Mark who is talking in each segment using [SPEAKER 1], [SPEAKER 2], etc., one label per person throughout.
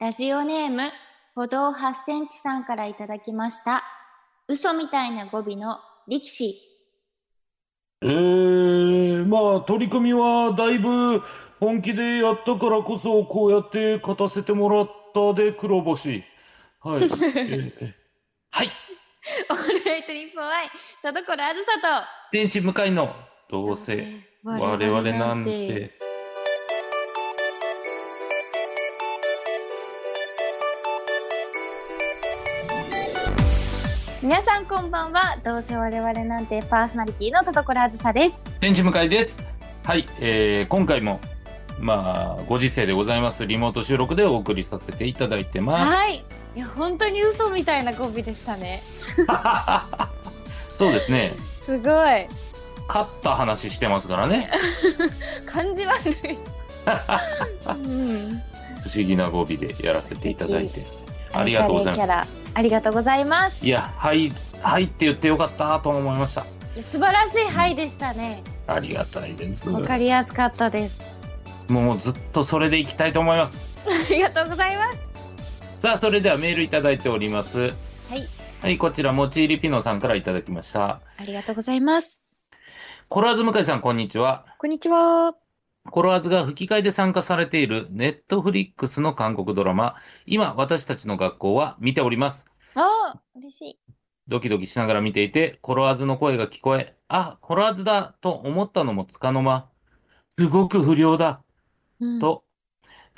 [SPEAKER 1] ラジオネーム、歩道8センチさんからいただきました。嘘みたいな語尾の力士。
[SPEAKER 2] えー、まあ取り組みはだいぶ本気でやったからこそこうやって勝たせてもらったで黒星 はい、えーえーはい
[SPEAKER 1] オールナイトニッポン愛、田所あずさ
[SPEAKER 2] 天使向かいの
[SPEAKER 1] と。
[SPEAKER 2] どうせ我々なんて。
[SPEAKER 1] 皆さんこんばんは。どうせ我々なんてパーソナリティの田所あずさです。
[SPEAKER 2] 天使向かいですはい、えー、今回もまあご時世でございますリモート収録でお送りさせていただいてま
[SPEAKER 1] はい。いや、本当に嘘みたいな語尾でしたね。
[SPEAKER 2] すそうですね
[SPEAKER 1] すごい。
[SPEAKER 2] 勝った話してますからね
[SPEAKER 1] 感じ 悪い。うん。
[SPEAKER 2] 不思議な語尾でやらせていただい てありがとうございます
[SPEAKER 1] キャラ。ありがとうございます。
[SPEAKER 2] いや、はい、はいって言ってよかったと思いました。
[SPEAKER 1] いや素晴らしいはいでしたね。
[SPEAKER 2] ありがたいです。
[SPEAKER 1] わ
[SPEAKER 2] も
[SPEAKER 1] かりやすかったです。
[SPEAKER 2] うもうずっとそれでいきたいと思います。
[SPEAKER 1] ありがとうございます。
[SPEAKER 2] さあ、それではメールいただいております。
[SPEAKER 1] はい、
[SPEAKER 2] はい、こちら、もちいりピノさんからいただきました。
[SPEAKER 1] ありがとうございます。
[SPEAKER 2] コロワーズ向井さん、こんにちは。
[SPEAKER 1] こんにちは。
[SPEAKER 2] コロワーズが吹き替えで参加されているネットフリックスの韓国ドラマ、今、私たちの学校は見ております。
[SPEAKER 1] あー、嬉しい。
[SPEAKER 2] ドキドキしながら見ていて、コロワーズの声が聞こえ、あ、コロワーズだと思ったのもつかの間、すごく不良だ
[SPEAKER 1] うん、
[SPEAKER 2] と、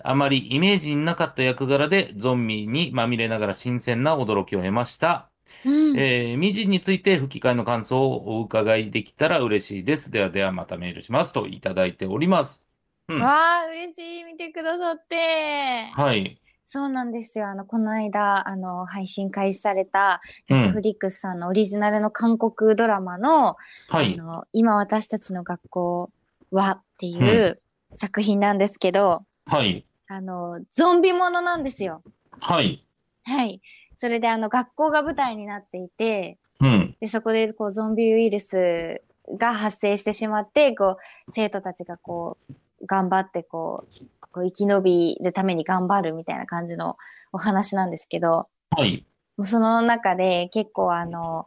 [SPEAKER 2] あまりイメージになかった役柄でゾンビにまみれながら新鮮な驚きを得ました。
[SPEAKER 1] うん、
[SPEAKER 2] えー、ミジンについて吹き替えの感想をお伺いできたら嬉しいです。ではではまたメールしますといただいております。うん。は
[SPEAKER 1] わあ、嬉しい。見てくださって。
[SPEAKER 2] い。
[SPEAKER 1] そうなんですよ。あの、この間、あの、配信開始された、
[SPEAKER 2] う
[SPEAKER 1] ネット
[SPEAKER 2] ん
[SPEAKER 1] フ。リックスさんのオリジナルの韓国ドラマの、
[SPEAKER 2] は
[SPEAKER 1] あ
[SPEAKER 2] い。
[SPEAKER 1] の、今私たちの学校はっていう作品なんですけど、
[SPEAKER 2] はい。
[SPEAKER 1] あの、ゾンビものなんですよ。
[SPEAKER 2] はい。
[SPEAKER 1] はい。それであの学校が舞台になっていて、
[SPEAKER 2] うん。
[SPEAKER 1] でそこでこうゾンビウイルスが発生してしまって、こう生徒たちがこう頑張ってこうこう生き延びるために頑張るみたいな感じのお話なんですけど、
[SPEAKER 2] はい。
[SPEAKER 1] もうその中で結構あの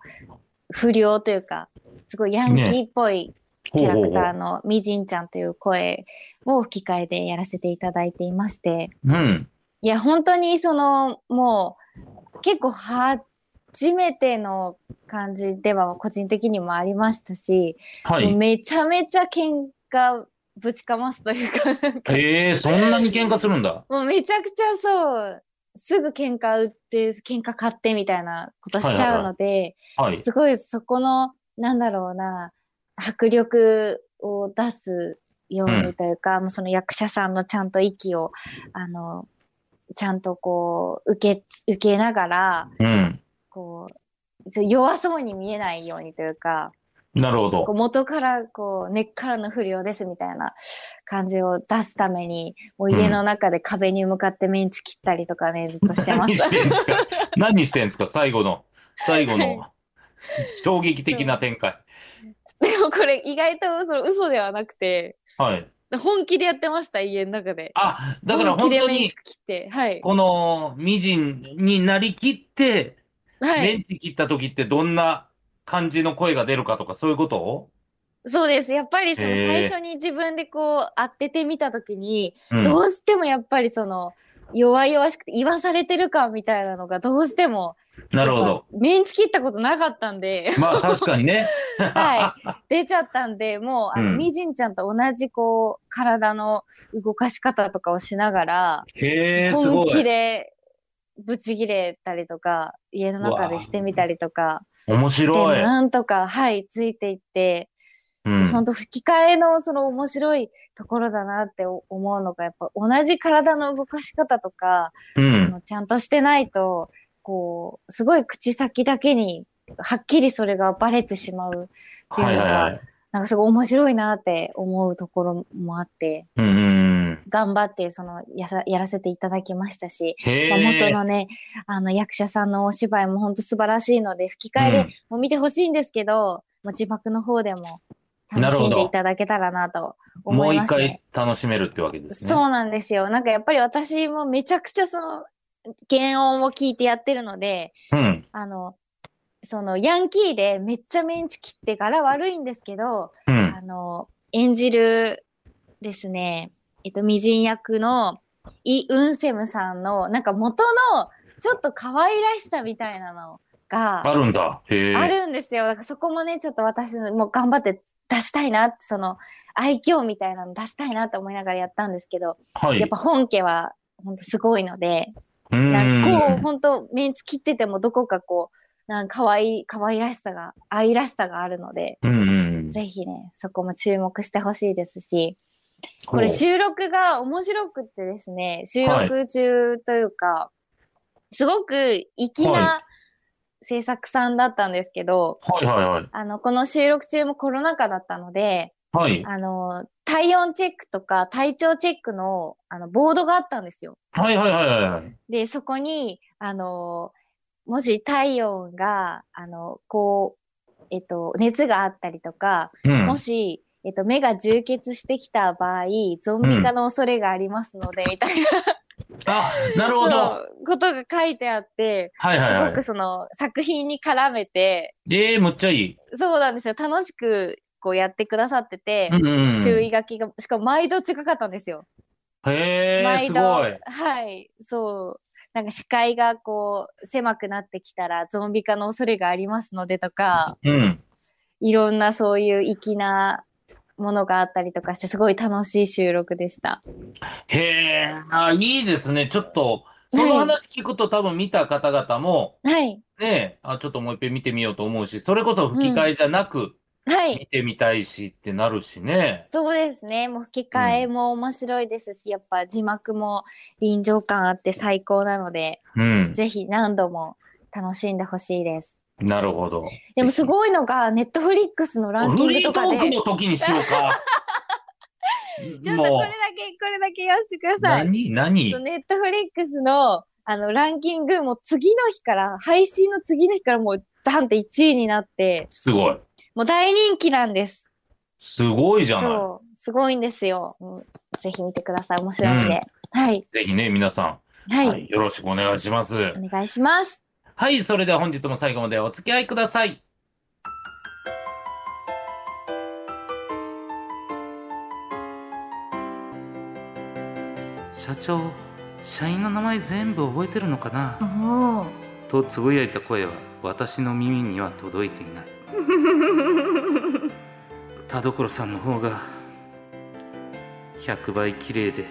[SPEAKER 1] 不良というか、すごいヤンキーっぽいキャラクターのみじんちゃんという声を吹き替えでやらせていただいていまして、
[SPEAKER 2] う。うん。
[SPEAKER 1] いや、本当にその、もう、結構初めての感じでは個人的にもありましたし、も
[SPEAKER 2] は
[SPEAKER 1] う
[SPEAKER 2] い。
[SPEAKER 1] めちゃめちゃ喧嘩ぶちかますというか、なんか
[SPEAKER 2] えー、そんなに喧嘩するんだ。
[SPEAKER 1] もうめちゃくちゃそう、すぐ喧嘩売って、喧嘩買ってみたいなことしちゃうので、
[SPEAKER 2] はい。
[SPEAKER 1] すごいそこの、なんだろうな、迫力を出すよう
[SPEAKER 2] う
[SPEAKER 1] にというか、もうその役者さんのちゃんと息を、あの、ちゃんとこう、受け、受けながら、
[SPEAKER 2] うん。
[SPEAKER 1] こう、そう弱そうに見えないようにというか、
[SPEAKER 2] なるほ
[SPEAKER 1] こう
[SPEAKER 2] ど。
[SPEAKER 1] 元からこう、根っからの不良ですみたいな感じを出すために、もう家の中で壁に向かってメンチ切ったりとかね、ずっとしてま
[SPEAKER 2] 何
[SPEAKER 1] し。
[SPEAKER 2] したてんすか何してんすか最後の、最後の、衝撃的な展開。
[SPEAKER 1] でもこれ意外とその嘘ではなくて、
[SPEAKER 2] はい。
[SPEAKER 1] 本気でやってました、家の中で。
[SPEAKER 2] あ、だから本
[SPEAKER 1] 気
[SPEAKER 2] 当
[SPEAKER 1] でメン
[SPEAKER 2] に
[SPEAKER 1] チ、切って、はい。
[SPEAKER 2] この、みじんになりきって、
[SPEAKER 1] は
[SPEAKER 2] メ
[SPEAKER 1] い。
[SPEAKER 2] ンチ切った時ってどんな感じの声が出るかとか、そういうことを、
[SPEAKER 1] そうです。やっぱりその
[SPEAKER 2] へ
[SPEAKER 1] 最
[SPEAKER 2] ー
[SPEAKER 1] 初に自分でこう当ててみたときに、
[SPEAKER 2] うん、
[SPEAKER 1] どうしてもやっぱりその弱々しくて言わされてる感みたいなのがどうしても。
[SPEAKER 2] なるほ
[SPEAKER 1] やっ
[SPEAKER 2] ど。
[SPEAKER 1] ぱメンチ切ったことなかったん で、
[SPEAKER 2] まあ確か にね。
[SPEAKER 1] はい。出ちゃったんで、もう、あの、
[SPEAKER 2] うん
[SPEAKER 1] みじんちゃんと同じこう、体の動かし方とかをしながら、
[SPEAKER 2] へえ、すご
[SPEAKER 1] 本気
[SPEAKER 2] い。
[SPEAKER 1] で、ぶち切れたりとか、家の中でしてみたりとか、
[SPEAKER 2] 面
[SPEAKER 1] して
[SPEAKER 2] 白い。
[SPEAKER 1] なんとか、はい、ついていって、
[SPEAKER 2] うん、
[SPEAKER 1] そのと吹き替えのその面白いところだなって思うのが、やっぱ同じ体の動かし方とか、そ
[SPEAKER 2] うん。
[SPEAKER 1] のちゃんとしてないと、こう、すごい口先だけに、はっきりそれがバレてしまう。っていう
[SPEAKER 2] は
[SPEAKER 1] の
[SPEAKER 2] い
[SPEAKER 1] が
[SPEAKER 2] はいはい。
[SPEAKER 1] なんかすごい面白いなって思うところもあって、
[SPEAKER 2] うんうんうん。
[SPEAKER 1] 頑張ってそのやさやらせていただきましたし、
[SPEAKER 2] へ
[SPEAKER 1] まあ元
[SPEAKER 2] え。
[SPEAKER 1] のね、あの役者さんのお芝居も本当素晴らしいので、吹き替えで
[SPEAKER 2] うん
[SPEAKER 1] もう見てほしいんですけど、まあ字幕の方でも楽しん
[SPEAKER 2] なるほ
[SPEAKER 1] で
[SPEAKER 2] ど
[SPEAKER 1] いただけたらなと
[SPEAKER 2] も
[SPEAKER 1] 思
[SPEAKER 2] う
[SPEAKER 1] い
[SPEAKER 2] 一
[SPEAKER 1] ます、ね。
[SPEAKER 2] 回楽しめるってわけですね。
[SPEAKER 1] そうなんですよ。なんかやっぱり私もめちゃくちゃその原音を聞いてやってるので、
[SPEAKER 2] うん。
[SPEAKER 1] あの、そのヤンキーでめっちゃメンチ切って柄悪いんですけど、
[SPEAKER 2] うん。
[SPEAKER 1] あの、演じるですね、えっと、美人役のイ・ウンセムさんの、なんか元のちょっと可愛らしさみたいなの
[SPEAKER 2] あ
[SPEAKER 1] が
[SPEAKER 2] るんだ。へえ。
[SPEAKER 1] あるんですよ。だからそこもね、ちょっと私も頑張って出したいなって、その愛嬌みたいなの出したいなって思いながらやったんですけど、
[SPEAKER 2] はい。
[SPEAKER 1] やっぱ本家は本当すごいので、
[SPEAKER 2] うーん
[SPEAKER 1] なんかこう本当メンチ切っててもどこかこう、なんか可愛い可愛らしさが、愛らしさがあるので、
[SPEAKER 2] うんうん。
[SPEAKER 1] ぜひね、そこも注目してほしいですし、こ
[SPEAKER 2] ほう
[SPEAKER 1] れ収録が面白くってですね、収録中というか、すごく粋
[SPEAKER 2] は
[SPEAKER 1] な制作さんだったんですけど、
[SPEAKER 2] はいはいはい。
[SPEAKER 1] あの、この収録中もコロナ禍だったので、
[SPEAKER 2] はい。
[SPEAKER 1] あの、体温チェックとか体調チェックの、あの、ボードがあったんですよ。
[SPEAKER 2] はいはいはいはい。
[SPEAKER 1] で、そこに、あのーもし体温が、あの、こう、えっと、熱があったりとか、
[SPEAKER 2] うん
[SPEAKER 1] も。し、えっと、目が充血してきた場合、ゾンビ化の恐れがありますので、みたい
[SPEAKER 2] あ、なるほど。
[SPEAKER 1] なことが書いてあって、
[SPEAKER 2] はいはい
[SPEAKER 1] す
[SPEAKER 2] は
[SPEAKER 1] ごくその作品に絡めて、
[SPEAKER 2] い。ええ、むっちゃいい。
[SPEAKER 1] そうなんですよ。楽しくこうやってくださってて、
[SPEAKER 2] うんうん。
[SPEAKER 1] 注意書きが、しかも毎度近かったんですよ。
[SPEAKER 2] へえ、
[SPEAKER 1] 毎
[SPEAKER 2] す
[SPEAKER 1] 度
[SPEAKER 2] ごい。
[SPEAKER 1] はい、そう。なんか視界がこう狭くなってきたらゾンビ化の恐れがありますのでとか、
[SPEAKER 2] うん。
[SPEAKER 1] いろんなそういう粋なものがあったりとかして、すごい楽しい収録でした。
[SPEAKER 2] へえ、あ、いいですね。ちょっと、その話聞くと多分見た方々も、
[SPEAKER 1] はい、
[SPEAKER 2] ねえ、あ、ちょっともう一遍見てみようと思うし、それこそ吹き替えじゃなく、
[SPEAKER 1] はい、
[SPEAKER 2] 見てみたいしってなるしね。
[SPEAKER 1] そうですね。もう吹き替えも面白いですし、やっぱ字幕も臨場感あって最高なので、
[SPEAKER 2] うん。
[SPEAKER 1] ぜひ何度も楽しんでほしいです。
[SPEAKER 2] なるほど。
[SPEAKER 1] でもすごいのが、ネットフリックスのランキン
[SPEAKER 2] フ
[SPEAKER 1] グ
[SPEAKER 2] リ
[SPEAKER 1] と
[SPEAKER 2] ート
[SPEAKER 1] か
[SPEAKER 2] ーク
[SPEAKER 1] で、
[SPEAKER 2] の時にしようか。
[SPEAKER 1] ちょっとこ
[SPEAKER 2] も
[SPEAKER 1] れだけ、これだけ言わせてくださ
[SPEAKER 2] う、
[SPEAKER 1] い。
[SPEAKER 2] 何何
[SPEAKER 1] ネットフリックスのあのランキング、もう次の日から、配信の次の日からもうダンって1位になって、
[SPEAKER 2] すごい。
[SPEAKER 1] もう大人気なんです。
[SPEAKER 2] すごいじゃな
[SPEAKER 1] そう、すごいんですよ。うんぜひ見てください。面白いので。はい、
[SPEAKER 2] い。ぜひね、皆さ
[SPEAKER 1] は
[SPEAKER 2] ん、
[SPEAKER 1] い、
[SPEAKER 2] はい、よろしくお願いします。
[SPEAKER 1] お願いします。
[SPEAKER 2] はい、それでは本日も最後までお付き合いください。
[SPEAKER 3] 社長社員の名前全部覚えてるのかな、
[SPEAKER 4] おー
[SPEAKER 3] とつぶやいた声は私の耳には届いていない 田所さんの方が100倍綺麗で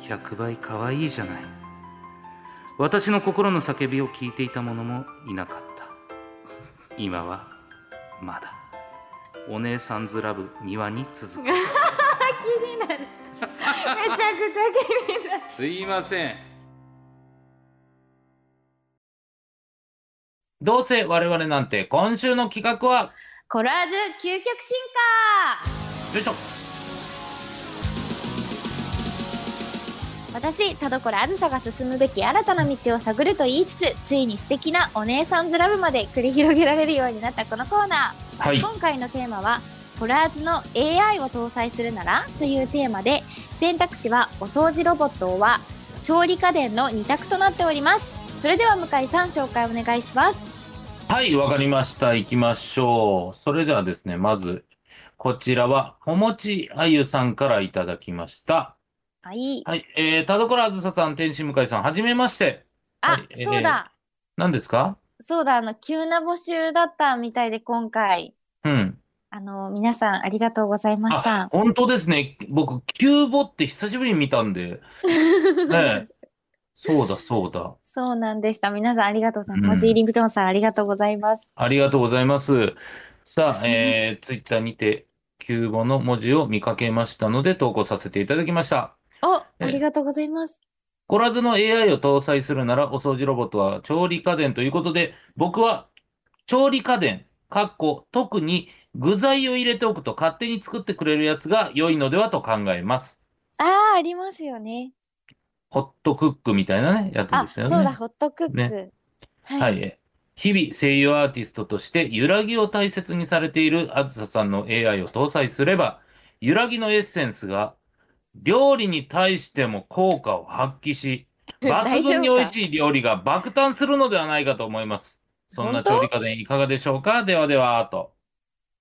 [SPEAKER 3] 100倍可愛いじゃない私の心の叫びを聞いていた者もいなかった今はまだお姉さんズラブ庭に続
[SPEAKER 4] 気
[SPEAKER 3] く
[SPEAKER 4] になるめちゃくちゃ気になる
[SPEAKER 3] すいません
[SPEAKER 2] どうせ我々なんて今週の企画は、
[SPEAKER 1] コラーズ究極進
[SPEAKER 2] よいしょ。
[SPEAKER 1] 化私、田所あずさが進むべき新たな道を探ると言いつつ、ついに素敵なお姉さんズラブまで繰り広げられるようになったこのコーナー。
[SPEAKER 2] はい。
[SPEAKER 1] 今回のテーマは「ホラーズの AI を搭載するなら?」というテーマで選択肢は「お掃除ロボット」は調理家電の2択となっておりますそれでは向井さん紹介お願いします
[SPEAKER 2] はい、わかりました。行きましょう。それではですね、まず、こちらは、おもちあゆさんからいただきました。
[SPEAKER 1] はい
[SPEAKER 2] はい、えー、田所あずささん、天心向井さん、はじめまして。
[SPEAKER 1] あ、
[SPEAKER 2] はいえー
[SPEAKER 1] そうだ、
[SPEAKER 2] 何ですか
[SPEAKER 1] そうだあの急な募集だったみたいで今回
[SPEAKER 2] うん。
[SPEAKER 1] あの皆さんありがとうございました
[SPEAKER 2] 本当ですね。僕、キューボって久しぶりに見た んで。ねえ。そうだ、そうだ。
[SPEAKER 1] そうなんでした皆さんありがとうございます、
[SPEAKER 2] うん
[SPEAKER 1] モジーリングトンさんありがとうございます
[SPEAKER 2] ありがとうございます。さあ、
[SPEAKER 1] ありがとうございます
[SPEAKER 2] えー、ツイッターにて、キューボの文字を見かけましたので、投稿させていただきました。
[SPEAKER 1] おあ
[SPEAKER 2] え
[SPEAKER 1] りがとうございます
[SPEAKER 2] コラズの AI を搭載するなら、お掃除ロボットは調理家電ということで、僕は調理家電、かっこ特に具材を入れておくと勝手に作ってくれるやつが良いのではと考えます。
[SPEAKER 1] あーありますよね
[SPEAKER 2] ホットクックみたいなね、やつ
[SPEAKER 1] あ
[SPEAKER 2] ですよね。
[SPEAKER 1] そうだホットクック、
[SPEAKER 2] ね
[SPEAKER 1] はい
[SPEAKER 2] はい。日々声優アーティストとして揺らぎを大切にされているあずささんの AI を搭載すれば、揺らぎのエッセンスが料理に対しても効果を発 揮し、抜群に美味しい料理が爆誕するのではないかと思います。そんな調理家電いかがでしょうかではでは、と。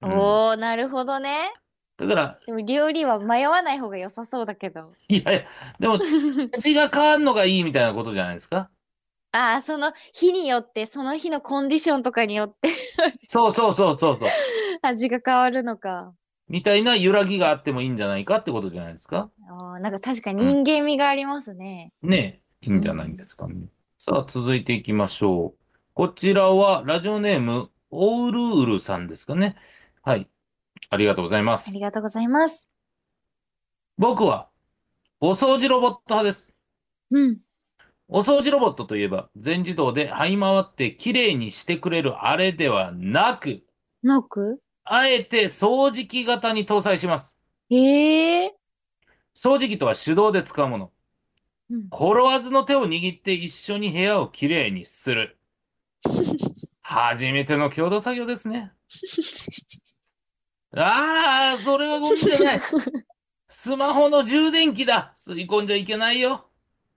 [SPEAKER 2] うん
[SPEAKER 1] おおなるほどね。
[SPEAKER 2] だから、
[SPEAKER 1] でも料理は迷わない方が良さそうだけど。
[SPEAKER 2] いやいや、でも、味が変わるのがいいみたいなことじゃないですか。
[SPEAKER 1] ああ、その日によって、その日のコンディションとかによって
[SPEAKER 2] そうそうそうそうそう。
[SPEAKER 1] 味が変わるのか。
[SPEAKER 2] みたいな揺らぎがあってもいいんじゃないかってことじゃないですか。
[SPEAKER 1] あーなんか確かに人間味がありますね。
[SPEAKER 2] ねえ、いいんじゃないですかね。さあ、続いていきましょう。こちらは、ラジオネーム、オールウルさんですかね。はい。ありがとうございま
[SPEAKER 1] あ
[SPEAKER 2] す
[SPEAKER 1] り。がとうございます。
[SPEAKER 2] 僕は、お掃除ロボット派です。
[SPEAKER 1] うん。
[SPEAKER 2] お掃除ロボットといえば、全自動で這い回って綺麗にしてくれるあれではなく、
[SPEAKER 1] ノック
[SPEAKER 2] あえて掃除機型に搭載します。
[SPEAKER 1] ええ
[SPEAKER 2] 掃除機とは手動で使うもの。
[SPEAKER 1] うん
[SPEAKER 2] 転わずの手を握って一緒に部屋をきれいにする。初めての共同作業ですね。ああ、それはゴミじゃない。スマホの充電器だ。吸い込んじゃいけないよ。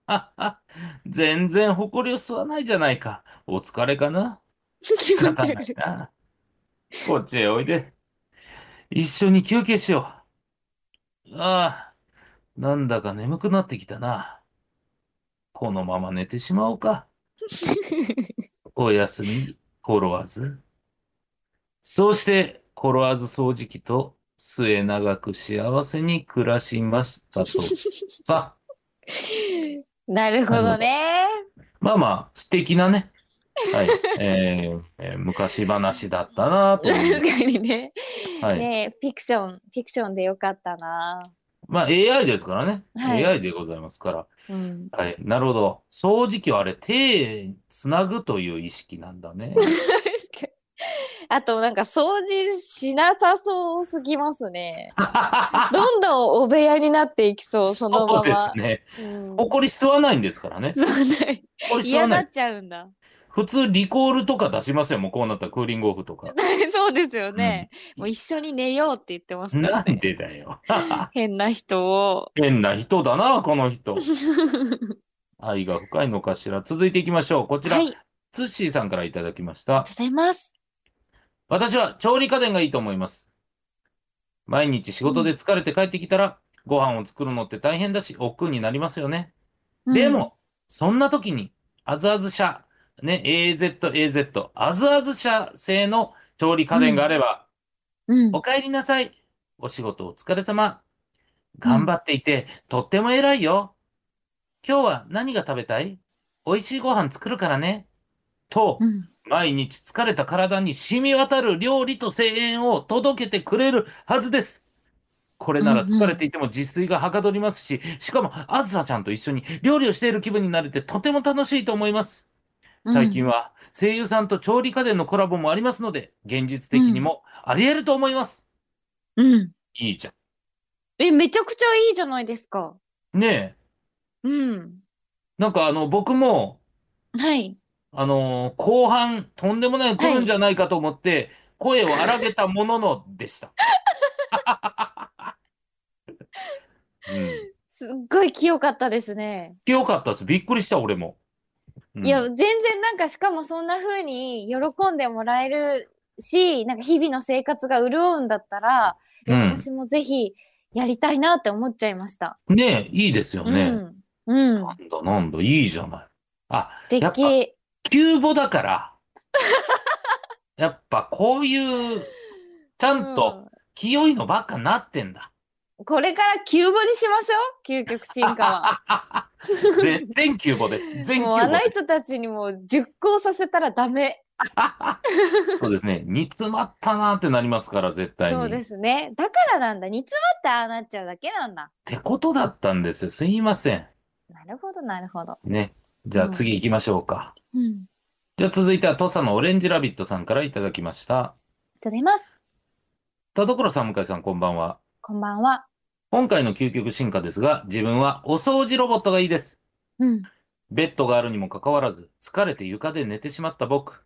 [SPEAKER 2] ああ、全然埃を吸わないじゃないか。お疲れかな
[SPEAKER 1] 気持ち
[SPEAKER 2] な
[SPEAKER 1] 悪
[SPEAKER 2] かないい。な。こっちへおいで。一緒に休憩しよう。ああ、なんだか眠くなってきたな。このまま寝てしまおうか。 おやすみ、転わず。そうして、転わず掃除機と末永く幸せに暮らしま したと。さあ、
[SPEAKER 1] なるほどね。
[SPEAKER 2] まあまあ、素敵なね。はい。えーえー昔話だったな と思います
[SPEAKER 1] 確かにね。
[SPEAKER 2] はい。
[SPEAKER 1] ねえフィクション、フィクションでよかったな。
[SPEAKER 2] まあ AI ですからね。
[SPEAKER 1] はい
[SPEAKER 2] AI でございますから。
[SPEAKER 1] うん。
[SPEAKER 2] はい。なるほど。掃除機はあれ、手つなぐという意識なんだね。
[SPEAKER 1] 確かに。あとなんか掃除しなさそうすぎますね。どんどんお部屋になっていきそう、その ま
[SPEAKER 2] うです
[SPEAKER 1] ま。
[SPEAKER 2] ね。
[SPEAKER 1] うん
[SPEAKER 2] ほこり吸わないんですからね。
[SPEAKER 1] そうね
[SPEAKER 2] ほこり吸わ
[SPEAKER 1] 嫌
[SPEAKER 2] な
[SPEAKER 1] ないっ。ちゃうんだ。
[SPEAKER 2] 普通リコールとか出しますよ。もうこうなったらクーリングオフとか。
[SPEAKER 1] そうですよね。もう一緒に寝ようって言ってますか
[SPEAKER 2] な
[SPEAKER 1] ら
[SPEAKER 2] ん
[SPEAKER 1] ね。
[SPEAKER 2] でだよ。
[SPEAKER 1] 変な人を。
[SPEAKER 2] 変な人だな、この人。愛が深いのかしら。続いていきましょう。こちら、
[SPEAKER 1] はい、ありがと
[SPEAKER 2] ツッシーさんからいただきました
[SPEAKER 1] うご。ざいます。
[SPEAKER 2] 私は調理家電がいいと思います。毎日仕事で疲れて帰ってきたら、ご飯を作るのって大変だし、億劫になりますよね。でも、そんな時に、あずあず社、ね、AZAZ、あずあず社製の調理家電があれば、
[SPEAKER 1] うん、うん
[SPEAKER 2] お帰りなさい。お仕事お疲れ様。頑張っていて、とっても偉いよ。今日は何が食べたい美味しいご飯作るからね。と、
[SPEAKER 1] うん
[SPEAKER 2] 毎日疲れた体に染み渡る料理と声援を届けてくれるはずです。これなら疲れていても自炊がはかどりますし、しかもあずさちゃんと一緒に料理をしている気分になれてとても楽しいと思います。
[SPEAKER 1] うん
[SPEAKER 2] 最近は声優さんと調理家電のコラボもありますので、現実的にもあり得ると思います。
[SPEAKER 1] うん。
[SPEAKER 2] いいじゃ
[SPEAKER 1] え、めちゃくちゃいいじゃないですか。
[SPEAKER 2] ん。ねえ、
[SPEAKER 1] うん。
[SPEAKER 2] なんかあの僕も、
[SPEAKER 1] はい。
[SPEAKER 2] あのー後半とんでもないの来るんじゃないかと思って、声を荒げたもののでした。うん、
[SPEAKER 1] すっごい清かったですね。
[SPEAKER 2] よかったです。びっくりした、俺も。うん
[SPEAKER 1] いや、全然なんかしかもそんな風に喜んでもらえるし、なんか日々の生活が潤うんだったら、いや
[SPEAKER 2] うん
[SPEAKER 1] 私もぜひやりたいなって思っちゃいました。
[SPEAKER 2] ねえ、いいですよね。
[SPEAKER 1] うん。うん
[SPEAKER 2] な。んだなんだ、いいじゃない。あ、
[SPEAKER 1] 素
[SPEAKER 2] やっぱ
[SPEAKER 1] 敵。
[SPEAKER 2] キューボ だから、やっぱこういう、ちゃんと清いのばっかなって んだ。
[SPEAKER 1] うんこれからキューボにしましょう究極進化 は
[SPEAKER 2] 全全キューボで、全キュ
[SPEAKER 1] もうあ
[SPEAKER 2] ーボ
[SPEAKER 1] の
[SPEAKER 2] で。
[SPEAKER 1] 人たちにもう熟考させたらダメ
[SPEAKER 2] そうですね。煮詰まったなってなりますから、絶対に。
[SPEAKER 1] そうで
[SPEAKER 2] っ
[SPEAKER 1] すねだからなんだ煮詰まってああなっちゃうだけなんだ
[SPEAKER 2] てことだったんですよ。すいません。
[SPEAKER 1] なるほどなるほど、
[SPEAKER 2] ね。じゃあ次行きましょうか。
[SPEAKER 1] うん、
[SPEAKER 2] じゃあ続いては、土佐のオレンジラビットさんからいただきました。
[SPEAKER 1] いただきます
[SPEAKER 2] 田所さん、向井さん、こんばんは。
[SPEAKER 1] こんばんは
[SPEAKER 2] 今回の究極進化ですが、自分はお掃除ロボットがいいです。
[SPEAKER 1] うん
[SPEAKER 2] ベッドがあるにもかかわらず、疲れて床で寝てしまった僕。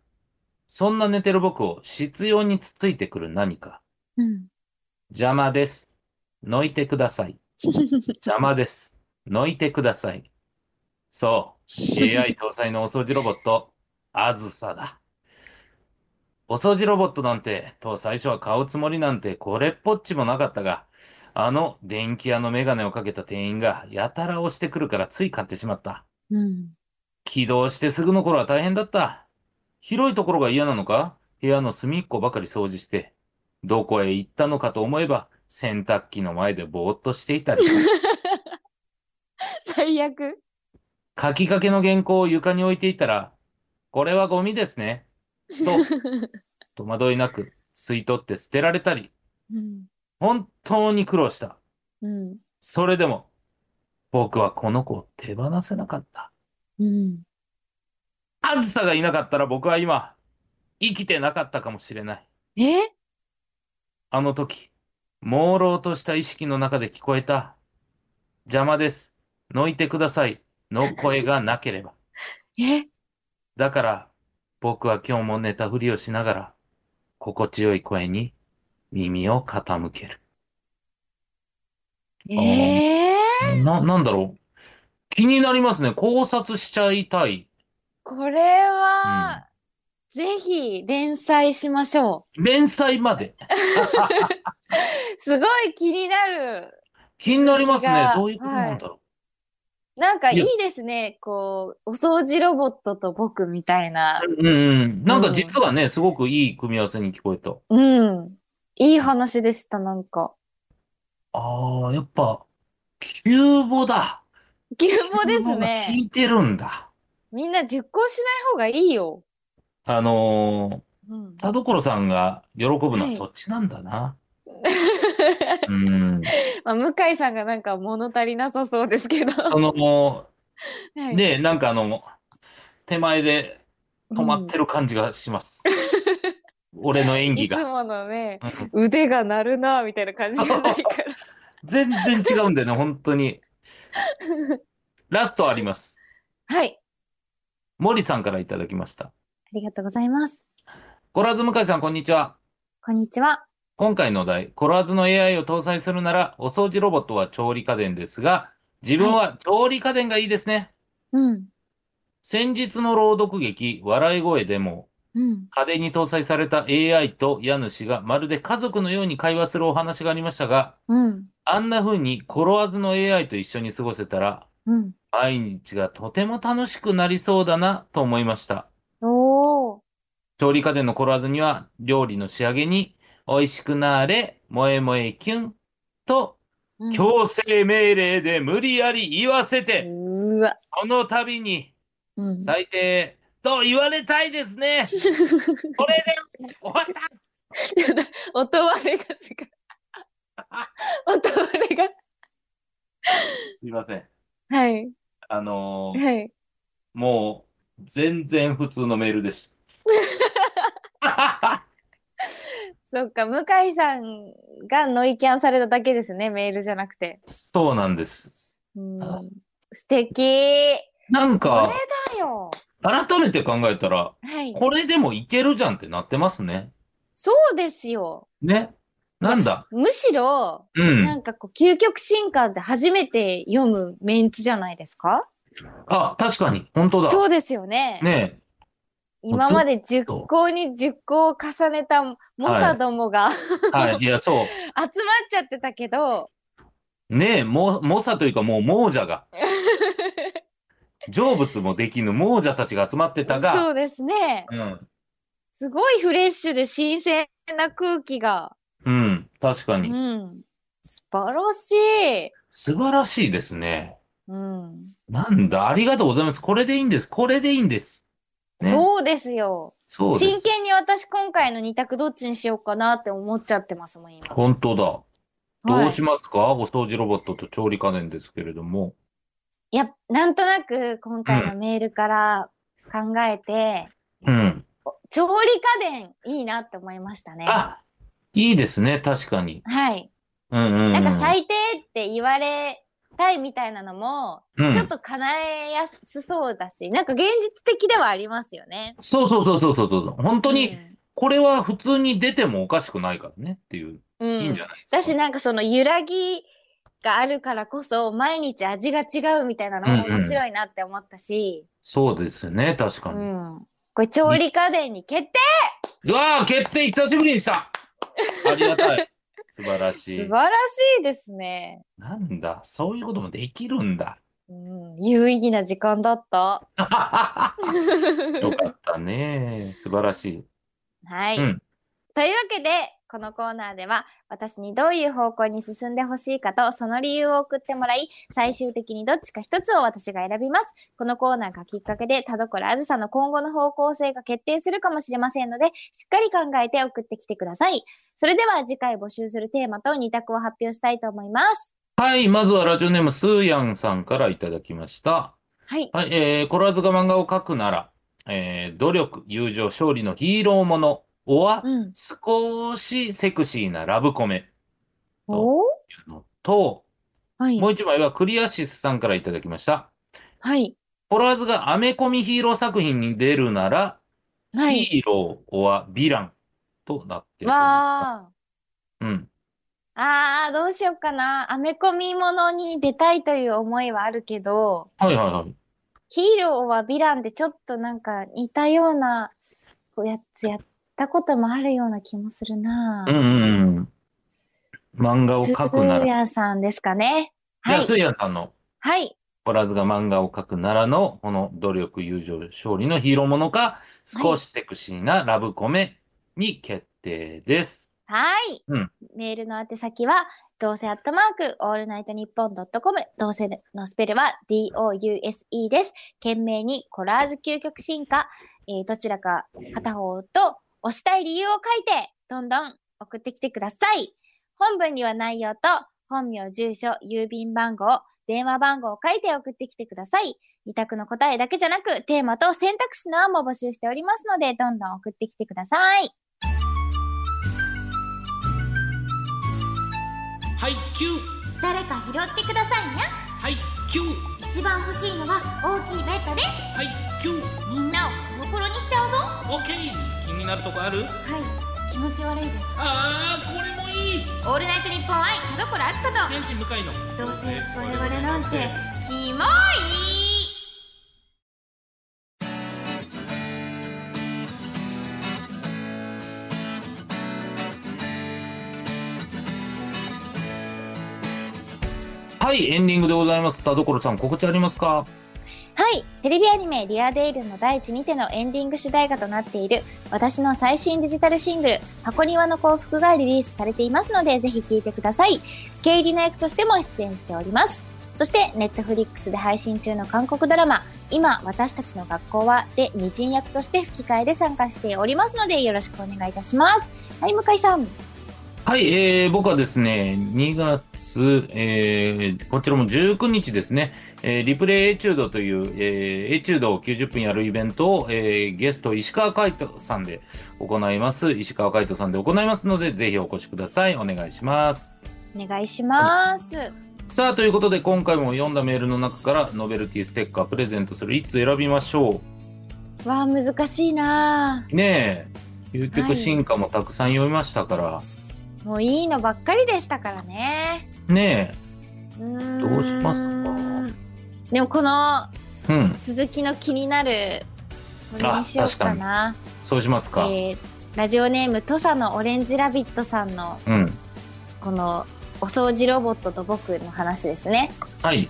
[SPEAKER 2] そんな寝てる僕を執拗につついてくる何か。
[SPEAKER 1] うん。
[SPEAKER 2] 邪魔です。のいてください。邪魔です。のいてください。 そう。AI 搭載のお掃除ロボット、あずさだ。お掃除ロボットなんて、と最初は買うつもりなんて、これっぽっちもなかったが、あの電気屋のメガネをかけた店員がやたら押してくるからつい買ってしまった。
[SPEAKER 1] うん。
[SPEAKER 2] 起動してすぐの頃は大変だった。広いところが嫌なのか部屋の隅っこばかり掃除して、どこへ行ったのかと思えば、洗濯機の前でぼーっとしていたり、
[SPEAKER 1] 最悪。
[SPEAKER 2] 書きかけの原稿を床に置いていたら、これはゴミですね。と、戸惑いなく吸い取って捨てられたり、
[SPEAKER 1] うん。
[SPEAKER 2] 本当に苦労した。
[SPEAKER 1] うん。
[SPEAKER 2] それでも、僕はこの子を手放せなかった。
[SPEAKER 1] うん。
[SPEAKER 2] あずさがいなかったら僕は今、生きてなかったかもしれない。
[SPEAKER 1] え
[SPEAKER 2] あの時、朦朧とした意識の中で聞こえた、邪魔です。のいてください。の声がなければ。
[SPEAKER 1] え
[SPEAKER 2] だから、僕は今日も寝たふりをしながら、心地よい声に耳を傾ける。
[SPEAKER 1] ええ
[SPEAKER 2] な、なんだろう。気になりますね。考察しちゃいたい。
[SPEAKER 1] これは、ぜひ連載しましょ
[SPEAKER 2] 連載まで。
[SPEAKER 1] う。すごい気になる。
[SPEAKER 2] 気になります
[SPEAKER 1] 気
[SPEAKER 2] ね
[SPEAKER 1] が。
[SPEAKER 2] どういうことなんだろ
[SPEAKER 1] なんかい
[SPEAKER 2] いや
[SPEAKER 1] いですね。こう、お掃除ロボットと僕みたいな。
[SPEAKER 2] う。うんうん。なんか実はね、すごくいい組み合わせに聞こえた。
[SPEAKER 1] うん。いい話でした、なんか。
[SPEAKER 2] ああ、やっぱ、キューボだ。
[SPEAKER 1] 牛棒です
[SPEAKER 2] キューボが効
[SPEAKER 1] ね。
[SPEAKER 2] いてるんだ。
[SPEAKER 1] みんな熟考しない方がいいよ。
[SPEAKER 2] あの
[SPEAKER 1] うん
[SPEAKER 2] ー、田所さんが喜ぶのはそっちなん だな。うん。
[SPEAKER 1] まあ、向井さんがなんか物足りなさそうですけど。
[SPEAKER 2] その、
[SPEAKER 1] はい
[SPEAKER 2] で、なんかあの、手前で止まってる感じがします。 俺の演
[SPEAKER 1] うん
[SPEAKER 2] 技
[SPEAKER 1] いつ
[SPEAKER 2] が。
[SPEAKER 1] ものね、
[SPEAKER 2] うん
[SPEAKER 1] 腕が鳴るなみたいな感じがないから。
[SPEAKER 2] 全然違うんだよね、本当に。ラストあります。
[SPEAKER 1] はい。
[SPEAKER 2] 森さんからいただきました。
[SPEAKER 1] ありがとうございます。
[SPEAKER 2] コラーズ向井さん、こんにちは。
[SPEAKER 1] こんにちは。
[SPEAKER 2] 今回のお題、コラーズの AI を搭載するなら、お掃除ロボットは調理家電ですが、自分は調理家電がいいですね。
[SPEAKER 1] うん。
[SPEAKER 2] 先日の朗読劇、笑い声でも、
[SPEAKER 1] うん。
[SPEAKER 2] 家電に搭載された AI と家主がまるで家族のように会話するお話がありましたが、
[SPEAKER 1] うん。
[SPEAKER 2] あんな風にコロワズの AI と一緒に過ごせたら、
[SPEAKER 1] うん。
[SPEAKER 2] 毎日がとても楽しくなりそうだなと思いました。
[SPEAKER 1] おお。
[SPEAKER 2] 調理家電のコロワズには、料理の仕上げに、美味しくなーれ、萌え萌えキュン
[SPEAKER 1] う
[SPEAKER 2] と、
[SPEAKER 1] ん
[SPEAKER 2] 強制命令で無理やり言わせて、
[SPEAKER 1] うーわ。
[SPEAKER 2] その度に、
[SPEAKER 1] うん。
[SPEAKER 2] 最低、と言われたいですね。これで終わった
[SPEAKER 1] やだ音割れがすごい。 音割れが。
[SPEAKER 2] すいません。
[SPEAKER 1] はい。
[SPEAKER 2] あの ー
[SPEAKER 1] はい。
[SPEAKER 2] もう、全然普通のメールです。
[SPEAKER 1] そっか、向井さんがノイキャンされただけですね、メールじゃなくて。
[SPEAKER 2] そうなんです。
[SPEAKER 1] うん
[SPEAKER 2] あ
[SPEAKER 1] 素敵
[SPEAKER 2] なん
[SPEAKER 1] こ
[SPEAKER 2] か、
[SPEAKER 1] れだよ。
[SPEAKER 2] 改めて考えたら、
[SPEAKER 1] はい。
[SPEAKER 2] これでもいけるじゃんってなってますね。
[SPEAKER 1] そうですよ。
[SPEAKER 2] ね。なんだ。
[SPEAKER 1] むしろ、
[SPEAKER 2] う。
[SPEAKER 1] なんんかこう、究極進化って初めて読むメンツじゃないですか
[SPEAKER 2] あ、確かに。本当だ。
[SPEAKER 1] そうですよね。
[SPEAKER 2] ね
[SPEAKER 1] 今まで10
[SPEAKER 2] と
[SPEAKER 1] 校に10校を重ねた猛者どもが集
[SPEAKER 2] え。はい。いや、そ
[SPEAKER 1] まっちゃってたけど、
[SPEAKER 2] う。ねえ、も、猛者というかもう亡 者が。成仏もできぬ亡者たちが集まってた
[SPEAKER 1] そ
[SPEAKER 2] が、
[SPEAKER 1] うですね。
[SPEAKER 2] うん。
[SPEAKER 1] すごいフレッシュで新鮮な空気が。
[SPEAKER 2] うん。確か
[SPEAKER 1] う
[SPEAKER 2] に。
[SPEAKER 1] ん。素晴らしい。
[SPEAKER 2] 素晴らしいですね。
[SPEAKER 1] うん。
[SPEAKER 2] なんだ、ありがとうございます。これでいいんです。これでいいんです。ね
[SPEAKER 1] そうですよ。
[SPEAKER 2] そうで
[SPEAKER 1] 真
[SPEAKER 2] す。
[SPEAKER 1] 剣に私今回の二択どっちにしようかなって思っちゃってますもん、今。
[SPEAKER 2] 本当だ。
[SPEAKER 1] は
[SPEAKER 2] どう
[SPEAKER 1] い
[SPEAKER 2] しますか、お掃除ロボットと調理家電ですけれども。
[SPEAKER 1] いや、なんとなく今回のメールから考えて、
[SPEAKER 2] うん。
[SPEAKER 1] 調理家電いいなって思いましたね。
[SPEAKER 2] あ、いいですね。確かに。
[SPEAKER 1] はい。
[SPEAKER 2] うんうん、うん。
[SPEAKER 1] なんか最低って言われたいみたいなのも、
[SPEAKER 2] うん
[SPEAKER 1] ちょっと叶えやすそうだし、なんか現実的ではありますよね。
[SPEAKER 2] そうそうそうそうそうそう。本当
[SPEAKER 1] う
[SPEAKER 2] に、
[SPEAKER 1] ん
[SPEAKER 2] これは普通に出てもおかしくないからねっていう、
[SPEAKER 1] うん
[SPEAKER 2] いいんじゃないですか。
[SPEAKER 1] だしなんかその揺らぎがあるからこそ毎日味が違うみたいなのも面白いなって思ったし、
[SPEAKER 2] そうですね、確か
[SPEAKER 1] う
[SPEAKER 2] に。うん
[SPEAKER 1] これ調理家電に決定
[SPEAKER 2] わあ、決定久しぶり にしたありがたい。素晴らし
[SPEAKER 1] 素
[SPEAKER 2] い。
[SPEAKER 1] 晴らしいですね、
[SPEAKER 2] なんだ、そういうこともできるんだ。
[SPEAKER 1] うん、有意義な時間だった。
[SPEAKER 2] よかったね。素晴らし
[SPEAKER 1] はい、
[SPEAKER 2] い。うん。
[SPEAKER 1] というわけでこのコーナーでは私にどういう方向に進んでほしいかとその理由を送ってもらい最終的にどっちか一つを私が選びますこのコーナーがきっかけで田所あずさの今後の方向性が決定するかもしれませんのでしっかり考えて送ってきてくださいそれでは次回募集するテーマと2択を発表したいと思います
[SPEAKER 2] はい、まずはラジオネーム、スーヤンさんからいただきました。
[SPEAKER 1] はい
[SPEAKER 2] はい、えー、コロワズが漫画を描くなら、えー、努力、友情、勝利のヒーローもの、おは、
[SPEAKER 1] うん
[SPEAKER 2] 少しセクシーなラブコメ
[SPEAKER 1] おー
[SPEAKER 2] のと、
[SPEAKER 1] はい
[SPEAKER 2] もう一枚はクリアシスさんからいただきました。
[SPEAKER 1] はい
[SPEAKER 2] フォロワーズがアメコミヒーロー作品に出るなら、
[SPEAKER 1] はい
[SPEAKER 2] ヒーローはヴィランとなっておりま
[SPEAKER 1] わー
[SPEAKER 2] す。うん。
[SPEAKER 1] あーどうしようかなアメコミものに出たいという思いはあるけど
[SPEAKER 2] はいはいはい。
[SPEAKER 1] ヒーローはヴィランでちょっとなんか似たようなこうやつやったこともあるような気もするな
[SPEAKER 2] うんうんうん。漫画を
[SPEAKER 1] ス
[SPEAKER 2] 描くなら。
[SPEAKER 1] ー
[SPEAKER 2] じ
[SPEAKER 1] ヤさんですかね。
[SPEAKER 2] ゃ
[SPEAKER 1] は
[SPEAKER 2] あ、
[SPEAKER 1] い
[SPEAKER 2] ス。ーヤンさんの、
[SPEAKER 1] はい。
[SPEAKER 2] コラーズが漫画を描くならの、この努力、友情、勝利のヒーローものか、少しセクシーなラブコメに決定です。
[SPEAKER 1] はい、
[SPEAKER 2] うん
[SPEAKER 1] メールの宛先は、どうせアットマーク、オールナイトニッポンドットコム、どうせのスペルは DOUSE です。懸命にコラーズ究極進化、えーどちらか片方と押したい理由を書いて、どんどん送ってきてください。本文には内容と、本名、住所、郵便番号、電話番号を書いて送ってきてください。二択の答えだけじゃなく、テーマと選択肢の案も募集しておりますので、どんどん送ってきてください。
[SPEAKER 3] 配給
[SPEAKER 4] 誰か拾ってくださいにゃ
[SPEAKER 3] 配給
[SPEAKER 4] 一番欲しいのは大きいベッドです
[SPEAKER 3] 配給
[SPEAKER 4] みんなをコロコロにしちゃうぞは
[SPEAKER 3] オッケー気になるとこある
[SPEAKER 4] い気持ち悪いです
[SPEAKER 3] ああこれもいい
[SPEAKER 4] オールナイトニッポン愛田所あずさ
[SPEAKER 3] 天使向かいの
[SPEAKER 4] とどうせ我々なんてキモい
[SPEAKER 2] はい、エンディングでございます。田所さん、告知ありますか
[SPEAKER 1] はい。テレビアニメ、リアデイルの第一にてのエンディング主題歌となっている、私の最新デジタルシングル、箱庭の幸福がリリースされていますので、ぜひ聴いてください。経理の役としても出演しております。そして、ネットフリックスで配信中の韓国ドラマ、今、私たちの学校は、で、二人役として吹き替えで参加しておりますので、よろしくお願いいたします。はい、向井さん。
[SPEAKER 2] はい、えー僕はですね、2月、えーこちらも19日ですね、えーリプレイエチュードという、えーエチュードを90分やるイベントを、えーゲスト石川海人さんで行います。石川海人さんで行いますので、ぜひお越しください。お願いします。
[SPEAKER 1] お願いします。
[SPEAKER 2] さあ、ということで、今回も読んだメールの中から、ノベルティステッカープレゼントする1つ選びましょ
[SPEAKER 1] わあ、難しいな
[SPEAKER 2] う。ねえ、究
[SPEAKER 1] は
[SPEAKER 2] 極
[SPEAKER 1] い
[SPEAKER 2] 進化もたくさん読みましたから、
[SPEAKER 1] あもういいのばっかりでしたからね。
[SPEAKER 2] ね
[SPEAKER 1] ど
[SPEAKER 2] うしますか
[SPEAKER 1] でもこの
[SPEAKER 2] え、うん、
[SPEAKER 1] 続きの気になるこれにしようかな
[SPEAKER 2] そうしますか。
[SPEAKER 1] えーラジオネーム土佐のオレンジラビットさんの
[SPEAKER 2] うん、
[SPEAKER 1] このお掃除ロボットと僕の話ですね
[SPEAKER 2] はい、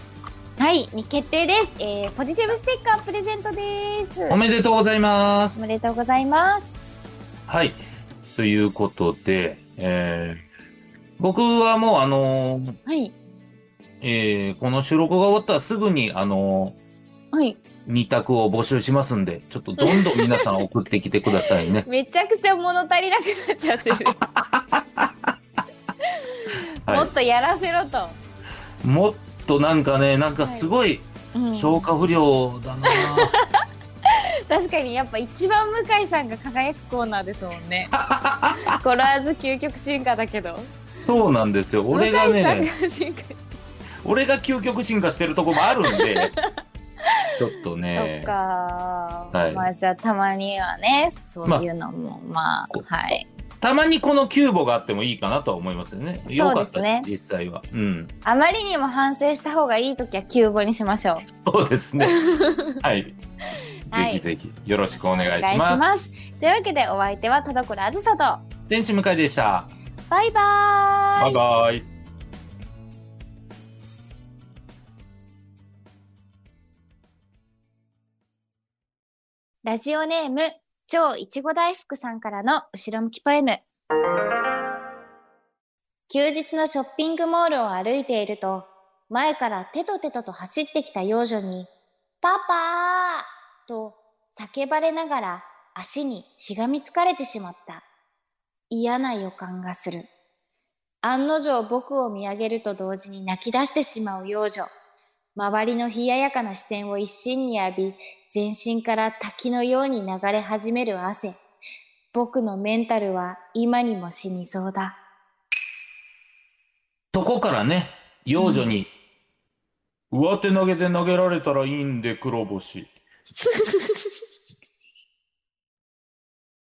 [SPEAKER 1] はいに決定です、えーポジティブステッカープレゼントです
[SPEAKER 2] おめでとうございま
[SPEAKER 1] お
[SPEAKER 2] す
[SPEAKER 1] め。でとうございます
[SPEAKER 2] はい。ということで、えー僕はもうあのー
[SPEAKER 1] はい
[SPEAKER 2] えーこの収録が終わったらすぐにあの
[SPEAKER 1] はい。
[SPEAKER 2] ー二択を募集しますんで、ちょっとどんどん皆さん送ってきてくださいね
[SPEAKER 1] めちゃくちゃ物足りなくなっちゃってる、も
[SPEAKER 2] は
[SPEAKER 1] っとやらせろと、
[SPEAKER 2] い。もっとなんかね、なんかすごい
[SPEAKER 1] うん
[SPEAKER 2] 消化不良だ な、
[SPEAKER 1] 確かにやっぱ一番向井さんが輝くコーナーですもん ねコラーズ究極進化だけど
[SPEAKER 2] そうなんですよ。俺が
[SPEAKER 1] 向井さん
[SPEAKER 2] ね、
[SPEAKER 1] が進化して
[SPEAKER 2] 俺が究極進化してるとこもあるん でちょっと
[SPEAKER 1] そ
[SPEAKER 2] ね
[SPEAKER 1] っか、
[SPEAKER 2] はい
[SPEAKER 1] まあじゃあたまにはねそういうのもまあ、はい
[SPEAKER 2] たまにこのキューボがあってもいいかなとは思いますよね良
[SPEAKER 1] そ
[SPEAKER 2] か
[SPEAKER 1] うで
[SPEAKER 2] っ
[SPEAKER 1] す
[SPEAKER 2] たし、
[SPEAKER 1] ね
[SPEAKER 2] 実際はうん
[SPEAKER 1] あまりにも反省した方がいい時は急募にしましょう
[SPEAKER 2] そうで すねはい
[SPEAKER 1] はい
[SPEAKER 2] ぜひぜひよろしくお願い
[SPEAKER 1] お願
[SPEAKER 2] し
[SPEAKER 1] い
[SPEAKER 2] ます
[SPEAKER 1] しますというわけでお相手は田所あずさと
[SPEAKER 2] 天使向井でした
[SPEAKER 1] バイバーイ
[SPEAKER 2] バイバイ
[SPEAKER 1] ラジオネーム、超いちご大福さんからの後ろ向きポエム。休日のショッピングモールを歩いていると、前からテトテトと走ってきた幼女に、パパーと叫ばれながら足にしがみつかれてしまった。嫌な予感がする。案の定僕を見上げると同時に泣き出してしまう幼女。周りの冷ややかな視線を一身に浴び、全身から滝のように流れ始める汗。僕のメンタルは今にも死にそうだ。
[SPEAKER 2] そこからね、幼女に、上手投げで投げられたらいいんで黒星。